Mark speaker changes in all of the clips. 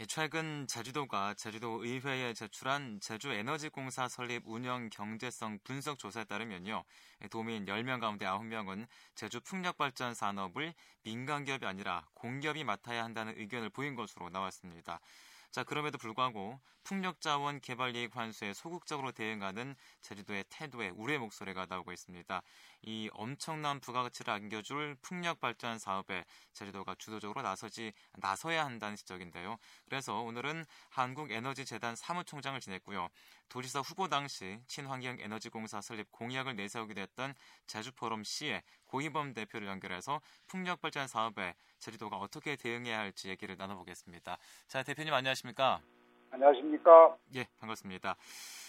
Speaker 1: 예, 최근 제주도가 제주도 의회에 제출한 제주에너지공사 설립 운영 경제성 분석 조사에 따르면요. 예, 도민 10명 가운데 9명은 제주 풍력발전 산업을 민간기업이 아니라 공기업이 맡아야 한다는 의견을 보인 것으로 나왔습니다. 자, 그럼에도 불구하고 풍력자원 개발 이익 환수에 소극적으로 대응하는 제주도의 태도에 우려의 목소리가 나오고 있습니다. 이 엄청난 부가가치를 안겨줄 풍력 발전 사업에 제주도가 주도적으로 나서지 나서야 한다는 지적인데요. 그래서 오늘은 한국에너지재단 사무총장을 지냈고요. 도지사 후보 당시 친환경에너지공사 설립 공약을 내세우기도 했던 제주포럼 C의 고희범 대표를 연결해서 풍력 발전 사업에 제주도가 어떻게 대응해야 할지 얘기를 나눠보겠습니다. 자, 대표님 안녕하십니까?
Speaker 2: 안녕하십니까.
Speaker 1: 예, 반갑습니다.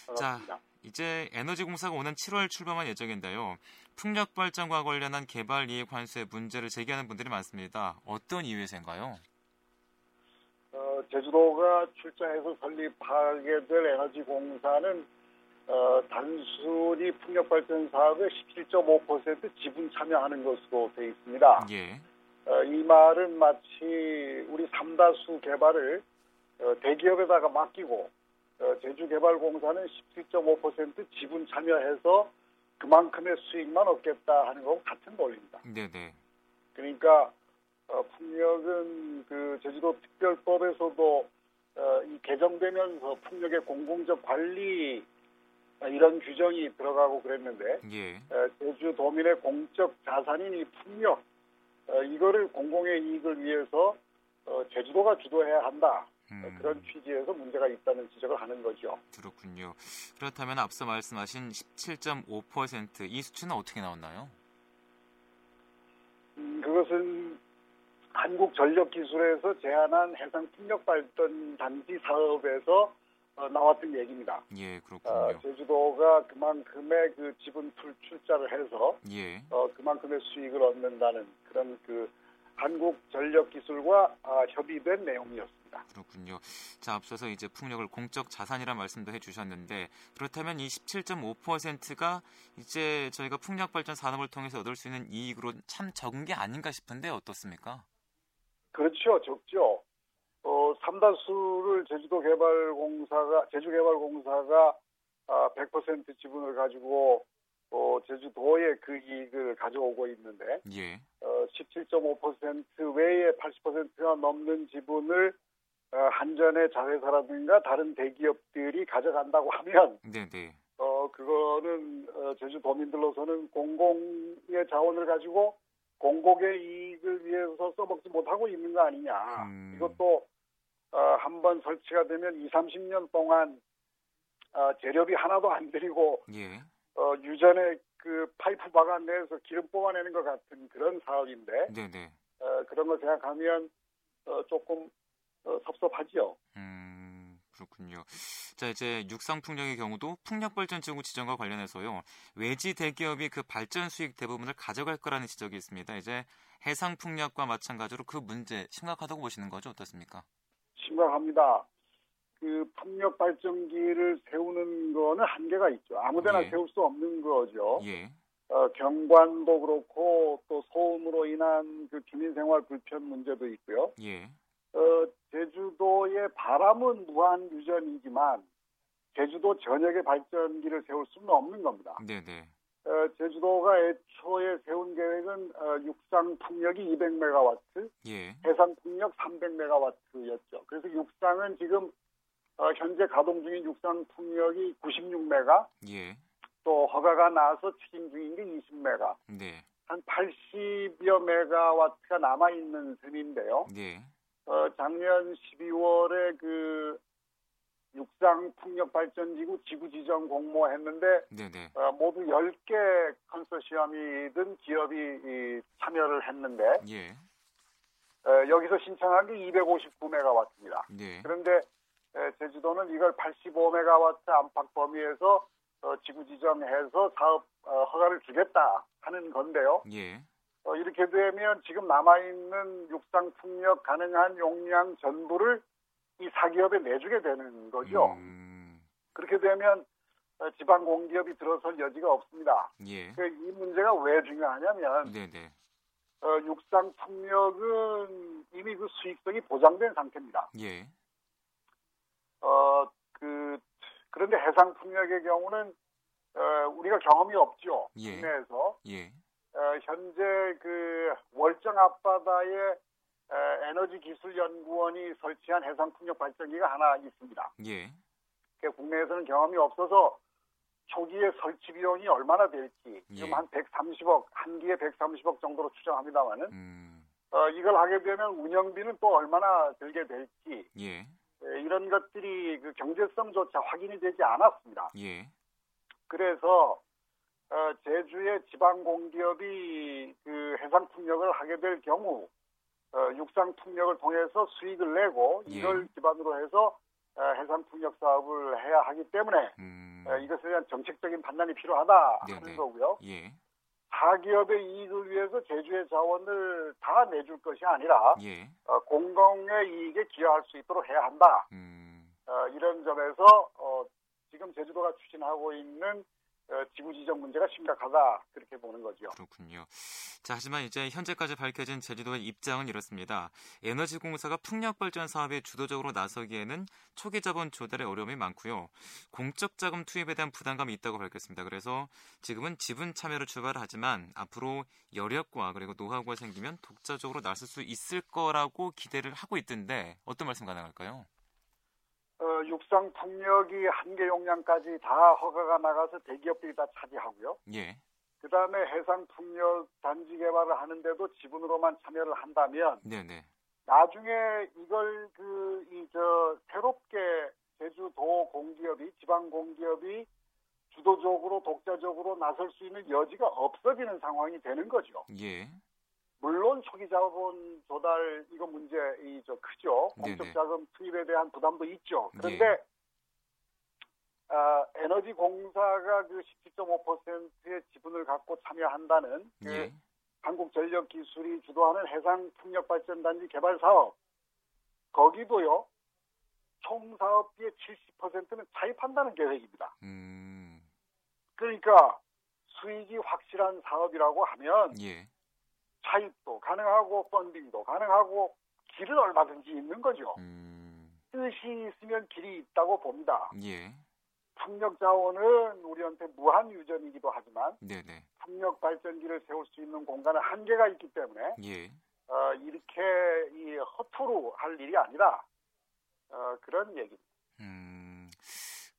Speaker 2: 반갑습니다.
Speaker 1: 이제 에너지공사가 오는 7월 출범할 예정인데요. 풍력 발전과 관련한 개발 이익 환수의 문제를 제기하는 분들이 많습니다. 어떤 이유에서인가요?
Speaker 2: 어, 제주도가 출자해서 설립하게 될 에너지 공사는 어, 단순히 풍력발전 사업의 17.5% 지분 참여하는 것으로 되어 있습니다.
Speaker 1: 예,
Speaker 2: 어, 이 말은 마치 우리 삼다수 개발을 어, 대기업에다가 맡기고 어, 제주개발공사는 17.5% 지분 참여해서 그만큼의 수익만 얻겠다 하는 것과 같은 논리입니다.
Speaker 1: 네네.
Speaker 2: 그러니까 어, 풍력은 그 제주도 특별법에서도 어, 이 개정되면서 풍력의 공공적 관리 어, 이런 규정이 들어가고 그랬는데
Speaker 1: 예,
Speaker 2: 어, 제주도민의 공적 자산인 이 풍력 어, 이거를 공공의 이익을 위해서 어, 제주도가 주도해야 한다 어,
Speaker 1: 음,
Speaker 2: 그런 취지에서 문제가 있다는 지적을 하는 거죠.
Speaker 1: 그렇군요. 그렇다면 앞서 말씀하신 17.5%이 수치는 어떻게 나왔나요?
Speaker 2: 음, 그것은 한국전력기술에서 제안한 해상풍력발전단지 사업에서 어, 나왔던 얘기입니다.
Speaker 1: 예, 그렇군요.
Speaker 2: 어, 제주도가 그만큼의 그 지분 풀- 출자를 해서
Speaker 1: 예,
Speaker 2: 어, 그만큼의 수익을 얻는다는 그런 그 한국전력기술과 아, 협의된 내용이었습니다.
Speaker 1: 그렇군요. 자, 앞서서 이제 풍력을 공적 자산이라는 말씀도 해주셨는데 그렇다면 이 17.5%가 이제 저희가 풍력 발전 산업을 통해서 얻을 수 있는 이익으로 참 적은 게 아닌가 싶은데 어떻습니까?
Speaker 2: 그렇죠, 적죠. 어, 삼다수를 제주도개발공사가 제주개발공사가 아, 100% 지분을 가지고 어, 제주도에 그 이익을 가져오고 있는데
Speaker 1: 예,
Speaker 2: 어, 17.5% 외에 80%가 넘는 지분을 어, 한전의 자회사라든가 다른 대기업들이 가져간다고 하면
Speaker 1: 네, 네,
Speaker 2: 어, 그거는 어, 제주도민들로서는 공공의 자원을 가지고 공공의 이익을 위해서 써먹지 못하고 있는 거 아니냐.
Speaker 1: 음.
Speaker 2: 이것도 어, 한번 설치가 되면 2, 30년 동안 어, 재료비 하나도 안 들이고
Speaker 1: 예,
Speaker 2: 어, 유전의 그 파이프 바가 내에서 기름 뽑아내는 것 같은 그런 사업인데
Speaker 1: 네, 네.
Speaker 2: 어, 그런 걸 생각하면 어, 조금 어, 섭섭하지요.
Speaker 1: 음, 그렇군요. 자, 이제 육상 풍력의 경우도 풍력 발전 지구 지정과 관련해서요. 외지 대기업이 그 발전 수익 대부분을 가져갈 거라는 지적이 있습니다. 이제 해상 풍력과 마찬가지로 그 문제 심각하다고 보시는 거죠? 어떻습니까?
Speaker 2: 심각합니다. 그 풍력 발전기를 세우는 거는 한계가 있죠. 아무데나
Speaker 1: 예.
Speaker 2: 세울 수 없는 거죠.
Speaker 1: 예.
Speaker 2: 어, 경관도 그렇고 또 소음으로 인한 그 주민 생활 불편 문제도 있고요.
Speaker 1: 예.
Speaker 2: 어, 제주도의 바람은 무한 유전이지만 제주도 전역에 발전기를 세울 수는 없는 겁니다.
Speaker 1: 네네.
Speaker 2: 어, 제주도가 애초에 세운 계획은 어, 육상 풍력이 200메가와트,
Speaker 1: 예.
Speaker 2: 해상 풍력 300메가와트였죠. 그래서 육상은 지금 어, 현재 가동 중인 육상 풍력이 96메가,
Speaker 1: 예.
Speaker 2: 또 허가가 나서 추진 중인 게 20메가,
Speaker 1: 네.
Speaker 2: 한 80여 메가와트가 남아 있는 셈인데요.
Speaker 1: 예.
Speaker 2: 어, 작년 12월에 그 육상 풍력 발전지구 지구 지정 공모했는데
Speaker 1: 네네.
Speaker 2: 어, 모두 10개 컨소시엄이든 기업이 이, 참여를 했는데
Speaker 1: 예.
Speaker 2: 어, 여기서 신청한 게 259메가와트입니다.
Speaker 1: 네.
Speaker 2: 그런데 에, 제주도는 이걸 85메가와트 안팎 범위에서 어, 지구 지정해서 사업 어, 허가를 주겠다 하는 건데요.
Speaker 1: 예.
Speaker 2: 어, 이렇게 되면 지금 남아있는 육상 풍력 가능한 용량 전부를 이 사기업에 내주게 되는 거죠.
Speaker 1: 음.
Speaker 2: 그렇게 되면 어, 지방 공기업이 들어설 여지가 없습니다.
Speaker 1: 예.
Speaker 2: 그이 문제가 왜 중요하냐면
Speaker 1: 네네.
Speaker 2: 어, 육상 풍력은 이미 그 수익성이 보장된 상태입니다.
Speaker 1: 예.
Speaker 2: 어, 그, 그런데 해상 풍력의 경우는 어, 우리가 경험이 없죠.
Speaker 1: 예.
Speaker 2: 국내에서
Speaker 1: 예.
Speaker 2: 어, 현재 그 월정 앞바다에 어, 에, 에너지 기술 연구원이 설치한 해상 풍력 발전기가 하나 있습니다.
Speaker 1: 예.
Speaker 2: 그 국내에서는 경험이 없어서 초기에 설치 비용이 얼마나 될지 지금
Speaker 1: 예.
Speaker 2: 한 130억 한 기에 130억 정도로 추정합니다만은
Speaker 1: 음.
Speaker 2: 어, 이걸 하게 되면 운영비는 또 얼마나 들게 될지
Speaker 1: 예.
Speaker 2: 에, 이런 것들이 그 경제성조차 확인이 되지 않았습니다.
Speaker 1: 예.
Speaker 2: 그래서 어, 제주의 지방 공기업이 그 해상 풍력을 하게 될 경우 어, 육상 풍력을 통해서 수익을 내고
Speaker 1: 예.
Speaker 2: 이걸 기반으로 해서 어, 해상 풍력 사업을 해야 하기 때문에
Speaker 1: 음.
Speaker 2: 어, 이것에 대한 정책적인 판단이 필요하다
Speaker 1: 네,
Speaker 2: 하는
Speaker 1: 네.
Speaker 2: 거고요.
Speaker 1: 예.
Speaker 2: 사기업의 이익을 위해서 제주의 자원을 다 내줄 것이 아니라
Speaker 1: 예.
Speaker 2: 어, 공공의 이익에 기여할 수 있도록 해야 한다.
Speaker 1: 음.
Speaker 2: 어, 이런 점에서 어, 지금 제주도가 추진하고 있는 어, 지구 지정 문제가 심각하다 그렇게 보는 거죠.
Speaker 1: 그렇군요. 자, 하지만 이제 현재까지 밝혀진 제주도의 입장은 이렇습니다. 에너지공사가 풍력발전 사업에 주도적으로 나서기에는 초기 자본 조달에 어려움이 많고요. 공적 자금 투입에 대한 부담감이 있다고 밝혔습니다. 그래서 지금은 지분 참여를 출발하지만 앞으로 여력과 그리고 노하우가 생기면 독자적으로 나설 수 있을 거라고 기대를 하고 있던데 어떤 말씀 가능할까요?
Speaker 2: 어, 육상 풍력이 한계 용량까지 다 허가가 나가서 대기업들이 다 차지하고요.
Speaker 1: 예.
Speaker 2: 그 다음에 해상 풍력 단지 개발을 하는데도 지분으로만 참여를 한다면
Speaker 1: 네, 네.
Speaker 2: 나중에 이걸 그 이 저 새롭게 제주도 공기업이 지방 공기업이 주도적으로 독자적으로 나설 수 있는 여지가 없어지는 상황이 되는 거죠.
Speaker 1: 예.
Speaker 2: 물론 초기 자본 조달 이거 문제 이저 크죠.
Speaker 1: 네네.
Speaker 2: 공적 자금 투입에 대한 부담도 있죠. 그런데
Speaker 1: 예.
Speaker 2: 아, 에너지 공사가 그 17.5%의 지분을 갖고 참여한다는 그
Speaker 1: 예.
Speaker 2: 한국전력기술이 주도하는 해상풍력발전단지 개발 사업 거기도요 총 사업비의 70%는 차입한다는 계획입니다.
Speaker 1: 음.
Speaker 2: 그러니까 수익이 확실한 사업이라고 하면
Speaker 1: 예.
Speaker 2: 차입도 가능하고 펀딩도 가능하고 길은 얼마든지 있는 거죠.
Speaker 1: 음.
Speaker 2: 뜻이 있으면 길이 있다고 봅니다.
Speaker 1: 예.
Speaker 2: 풍력 자원은 우리한테 무한 유전이기도 하지만
Speaker 1: 네, 네.
Speaker 2: 풍력 발전기를 세울 수 있는 공간은 한계가 있기 때문에
Speaker 1: 예.
Speaker 2: 어, 이렇게 이 허투루 할 일이 아니라 어, 그런 얘기.
Speaker 1: 음,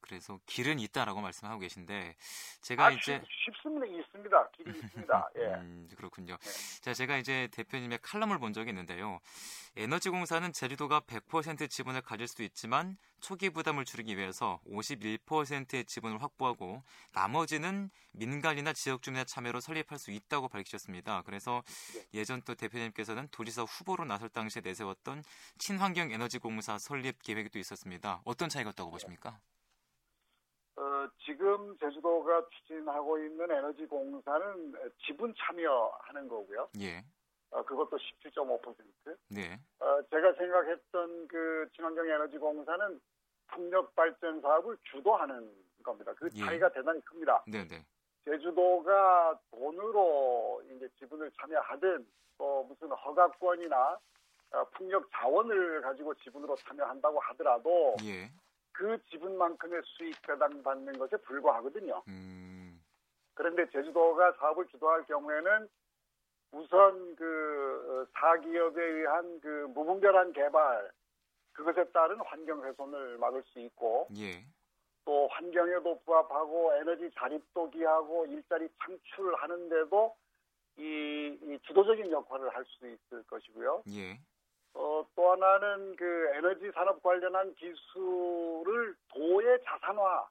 Speaker 1: 그래서 길은 있다라고 말씀하고 계신데 제가
Speaker 2: 아,
Speaker 1: 이제
Speaker 2: 쉽, 습니다 있습니다. 길이 있습니다. 예.
Speaker 1: 음, 그렇군요.
Speaker 2: 네.
Speaker 1: 자, 제가 이제 대표님의 칼럼을 본 적이 있는데요. 에너지공사는 제주도가 100% 지분을 가질 수도 있지만 초기 부담을 줄이기 위해서 51%의 지분을 확보하고 나머지는 민간이나 지역 주민의 참여로 설립할 수 있다고 밝히셨습니다. 그래서 예전 또 대표님께서는 도지사 후보로 나설 당시에 내세웠던 친환경 에너지 공사 설립 계획도 있었습니다. 어떤 차이가
Speaker 2: 예.
Speaker 1: 있다고 보십니까?
Speaker 2: 어, 지금 제주도가 추진하고 있는 에너지 공사는 지분 참여하는 거고요.
Speaker 1: 예.
Speaker 2: 어, 그것도 17.5%.
Speaker 1: 네.
Speaker 2: 어, 제가 생각했던 그 친환경 에너지 공사는 풍력 발전 사업을 주도하는 겁니다. 그
Speaker 1: 예.
Speaker 2: 차이가 대단히 큽니다.
Speaker 1: 네네.
Speaker 2: 제주도가 돈으로 이제 지분을 참여하든 또 무슨 허가권이나 어, 풍력 자원을 가지고 지분으로 참여한다고 하더라도
Speaker 1: 예.
Speaker 2: 그 지분만큼의 수익 배당 받는 것에 불과하거든요.
Speaker 1: 음.
Speaker 2: 그런데 제주도가 사업을 주도할 경우에는 우선 그 어, 사기업에 의한 그 무분별한 개발 그것에 따른 환경 훼손을 막을 수 있고
Speaker 1: 예.
Speaker 2: 또 환경에도 부합하고 에너지 자립도 기하고 일자리 창출하는데도 이, 이 주도적인 역할을 할 수 있을 것이고요.
Speaker 1: 예.
Speaker 2: 어, 또 하나는 그 에너지 산업 관련한 기술을 도의 자산화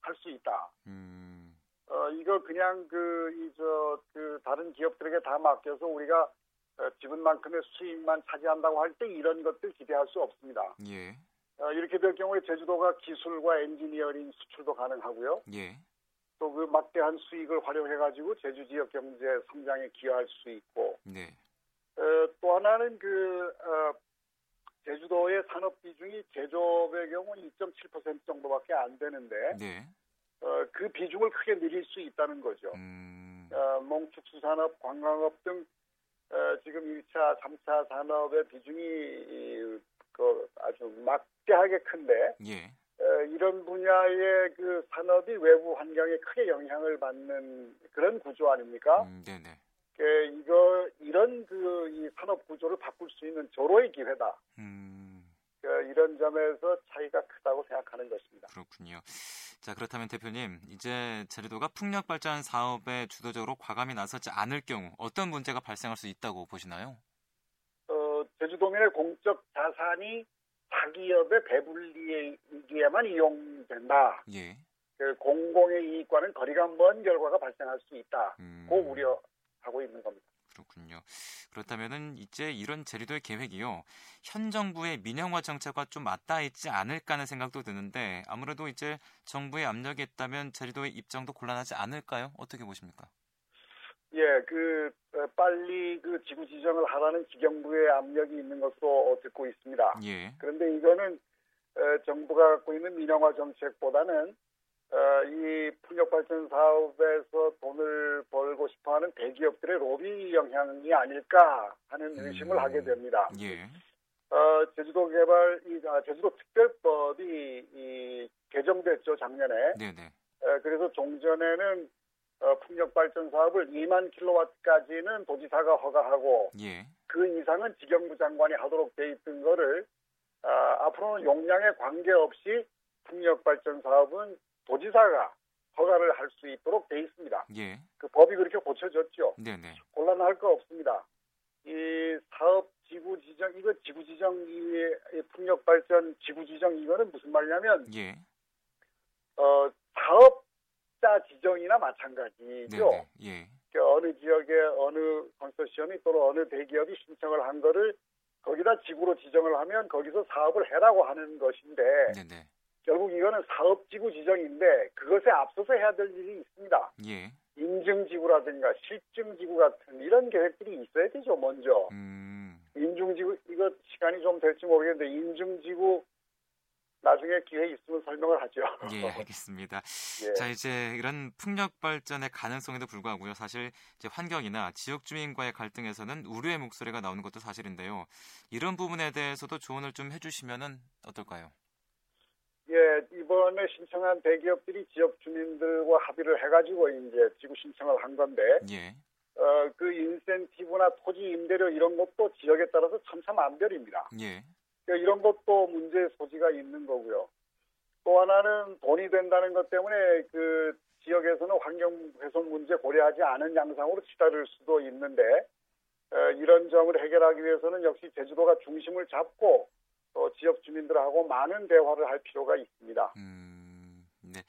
Speaker 2: 할 수 있다.
Speaker 1: 음.
Speaker 2: 어, 이거 그냥 그, 이, 저, 그, 다른 기업들에게 다 맡겨서 우리가 어, 지분만큼의 수익만 차지한다고 할 때 이런 것들 기대할 수 없습니다.
Speaker 1: 예.
Speaker 2: 어, 이렇게 될 경우에 제주도가 기술과 엔지니어링 수출도 가능하고요.
Speaker 1: 예.
Speaker 2: 또 그 막대한 수익을 활용해가지고 제주 지역 경제 성장에 기여할 수 있고,
Speaker 1: 네.
Speaker 2: 어, 또 하나는 그, 어, 제주도의 산업 비중이 제조업의 경우 2.7% 정도밖에 안 되는데,
Speaker 1: 네.
Speaker 2: 어, 그 비중을 크게 늘릴 수 있다는 거죠.
Speaker 1: 음.
Speaker 2: 어, 농축수산업, 관광업 등 어, 지금 1차, 3차 산업의 비중이 이, 그, 아주 막대하게 큰데
Speaker 1: 예.
Speaker 2: 어, 이런 분야의 그 산업이 외부 환경에 크게 영향을 받는 그런 구조 아닙니까?
Speaker 1: 음, 네네.
Speaker 2: 예, 이거 이런 그 이 산업 구조를 바꿀 수 있는 절호의 기회다.
Speaker 1: 음,
Speaker 2: 그 이런 점에서 차이가 크다고 생각하는 것입니다.
Speaker 1: 그렇군요. 자, 그렇다면 대표님, 이제 제주도가 풍력 발전 사업에 주도적으로 과감히 나서지 않을 경우 어떤 문제가 발생할 수 있다고 보시나요?
Speaker 2: 어, 제주도민의 공적 자산이 사기업의 배불리에만 이용된다.
Speaker 1: 예.
Speaker 2: 그 공공의 이익과는 거리가 먼 결과가 발생할 수 있다.
Speaker 1: 음,
Speaker 2: 고 어, 우려하고 있는 겁니다.
Speaker 1: 그렇군요. 그렇다면은 이제 이런 제주도의 계획이요. 현 정부의 민영화 정책과 좀 맞닿아 있지 않을까 하는 생각도 드는데 아무래도 이제 정부의 압력이 있다면 제주도의 입장도 곤란하지 않을까요? 어떻게 보십니까?
Speaker 2: 예, 그 어, 빨리 그 지구 지정을 하라는 지경부의 압력이 있는 것으로 듣고 있습니다.
Speaker 1: 예.
Speaker 2: 그런데 이거는 어, 정부가 갖고 있는 민영화 정책보다는 어, 이 풍력발전 사업에서 돈을 벌고 싶어하는 대기업들의 로비 영향이 아닐까 하는 의심을
Speaker 1: 음.
Speaker 2: 하게 됩니다.
Speaker 1: 예.
Speaker 2: 어, 제주도 개발, 이, 아, 제주도 특별법이 이, 개정됐죠 작년에.
Speaker 1: 네, 네.
Speaker 2: 어, 그래서 종전에는 어, 풍력발전 사업을 2만 킬로와트까지는 도지사가 허가하고
Speaker 1: 예.
Speaker 2: 그 이상은 지경부 장관이 하도록 돼 있던 거를 아, 앞으로는 용량에 관계없이 풍력발전 사업은 도지사가 허가를 할 수 있도록 돼 있습니다.
Speaker 1: 예.
Speaker 2: 그 법이 그렇게 고쳐졌죠.
Speaker 1: 네, 네.
Speaker 2: 곤란할 거 없습니다. 이 사업 지구 지정 이거 지구 지정 이 풍력발전 지구 지정 이거는 무슨 말이냐면
Speaker 1: 예.
Speaker 2: 어, 사업자 지정이나
Speaker 1: 네,
Speaker 2: 마찬가지죠.
Speaker 1: 네. 예.
Speaker 2: 그 어느 지역에 어느 컨소시엄이 또는 어느 대기업이 신청을 한 거를 거기다 지구로 지정을 하면 거기서 사업을 해라고 하는 것인데
Speaker 1: 네, 네.
Speaker 2: 결국 이거는 사업지구 지정인데 그것에 앞서서 해야 될 일이 있습니다.
Speaker 1: 예.
Speaker 2: 인증지구라든가 실증지구 같은 이런 계획들이 있어야 되죠 먼저.
Speaker 1: 음.
Speaker 2: 인증지구 이거 시간이 좀 될지 모르겠는데 인증지구 나중에 기회 있으면 설명을 하죠.
Speaker 1: 예, 알겠습니다.
Speaker 2: 예.
Speaker 1: 자, 이제 이런 풍력 발전의 가능성에도 불구하고요. 사실 이제 환경이나 지역 주민과의 갈등에서는 우려의 목소리가 나오는 것도 사실인데요. 이런 부분에 대해서도 조언을 좀 해주시면은 어떨까요?
Speaker 2: 예, 이번에 신청한 대기업들이 지역 주민들과 합의를 해가지고 이제 지구 신청을 한 건데,
Speaker 1: 예.
Speaker 2: 어, 그 인센티브나 토지 임대료 이런 것도 지역에 따라서 참참 안별입니다.
Speaker 1: 예.
Speaker 2: 그러니까 이런 것도 문제의 소지가 있는 거고요. 또 하나는 돈이 된다는 것 때문에 그 지역에서는 환경 훼손 문제 고려하지 않은 양상으로 치달을 수도 있는데, 어, 이런 점을 해결하기 위해서는 역시 제주도가 중심을 잡고, 또 지역 주민들하고 많은 대화를 할 필요가 있습니다.
Speaker 1: 음. 네.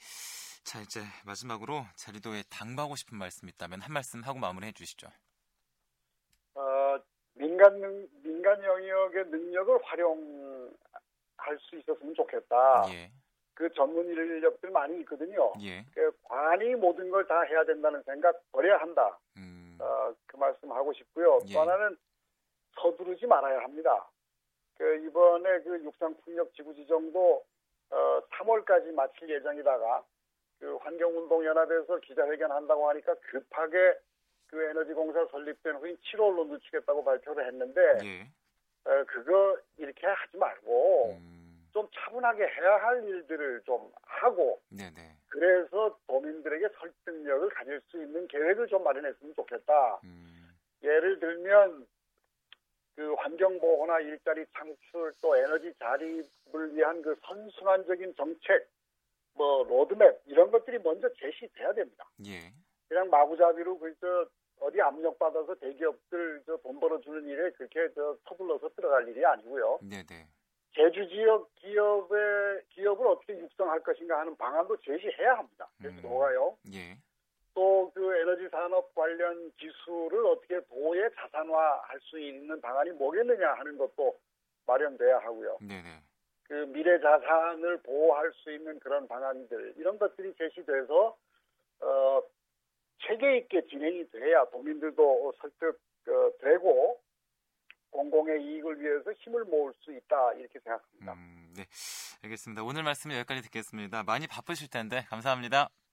Speaker 1: 자, 이제 마지막으로 자리도에 당부하고 싶은 말씀 있다면 한 말씀 하고 마무리해 주시죠.
Speaker 2: 어, 민간 능, 민간 영역의 능력을 활용할 수 있었으면 좋겠다.
Speaker 1: 예.
Speaker 2: 그 전문 인력들 많이 있거든요.
Speaker 1: 예.
Speaker 2: 그 관이 모든 걸 다 해야 된다는 생각 버려야 한다.
Speaker 1: 음.
Speaker 2: 어, 그 말씀 하고 싶고요.
Speaker 1: 예.
Speaker 2: 또 하나는 서두르지 말아야 합니다. 그 이번에 그 육상풍력 지구지정도 어, 3월까지 마칠 예정이다가 그 환경운동연합에서 기자회견 한다고 하니까 급하게 그 에너지공사 설립된 후인 7월로 늦추겠다고 발표를 했는데
Speaker 1: 예.
Speaker 2: 어, 그거 이렇게 하지 말고
Speaker 1: 음.
Speaker 2: 좀 차분하게 해야 할 일들을 좀 하고
Speaker 1: 네, 네.
Speaker 2: 그래서 도민들에게 설득력을 가질 수 있는 계획을 좀 마련했으면 좋겠다.
Speaker 1: 음.
Speaker 2: 예를 들면 그 환경 보호나 일자리 창출 또 에너지 자립을 위한 그 선순환적인 정책 뭐 로드맵 이런 것들이 먼저 제시돼야 됩니다.
Speaker 1: 예.
Speaker 2: 그냥 마구잡이로 그저 어디 압력 받아서 대기업들 저 돈 벌어주는 일에 그렇게 저 서둘러서 들어갈 일이 아니고요.
Speaker 1: 네, 네.
Speaker 2: 제주 지역 기업의 기업을 어떻게 육성할 것인가 하는 방안도 제시해야 합니다. 그래서
Speaker 1: 음.
Speaker 2: 뭐가요?
Speaker 1: 예.
Speaker 2: 또 그 에너지 산업 관련 기술을 어떻게 도에 자산화할 수 있는 방안이 뭐겠느냐 하는 것도 마련돼야 하고요.
Speaker 1: 네, 네.
Speaker 2: 그 미래 자산을 보호할 수 있는 그런 방안들 이런 것들이 제시돼서 어, 체계 있게 진행이 돼야 도민들도 어, 설득되고 공공의 이익을 위해서 힘을 모을 수 있다 이렇게 생각합니다.
Speaker 1: 음, 네. 알겠습니다. 오늘 말씀 여기까지 듣겠습니다. 많이 바쁘실 텐데 감사합니다.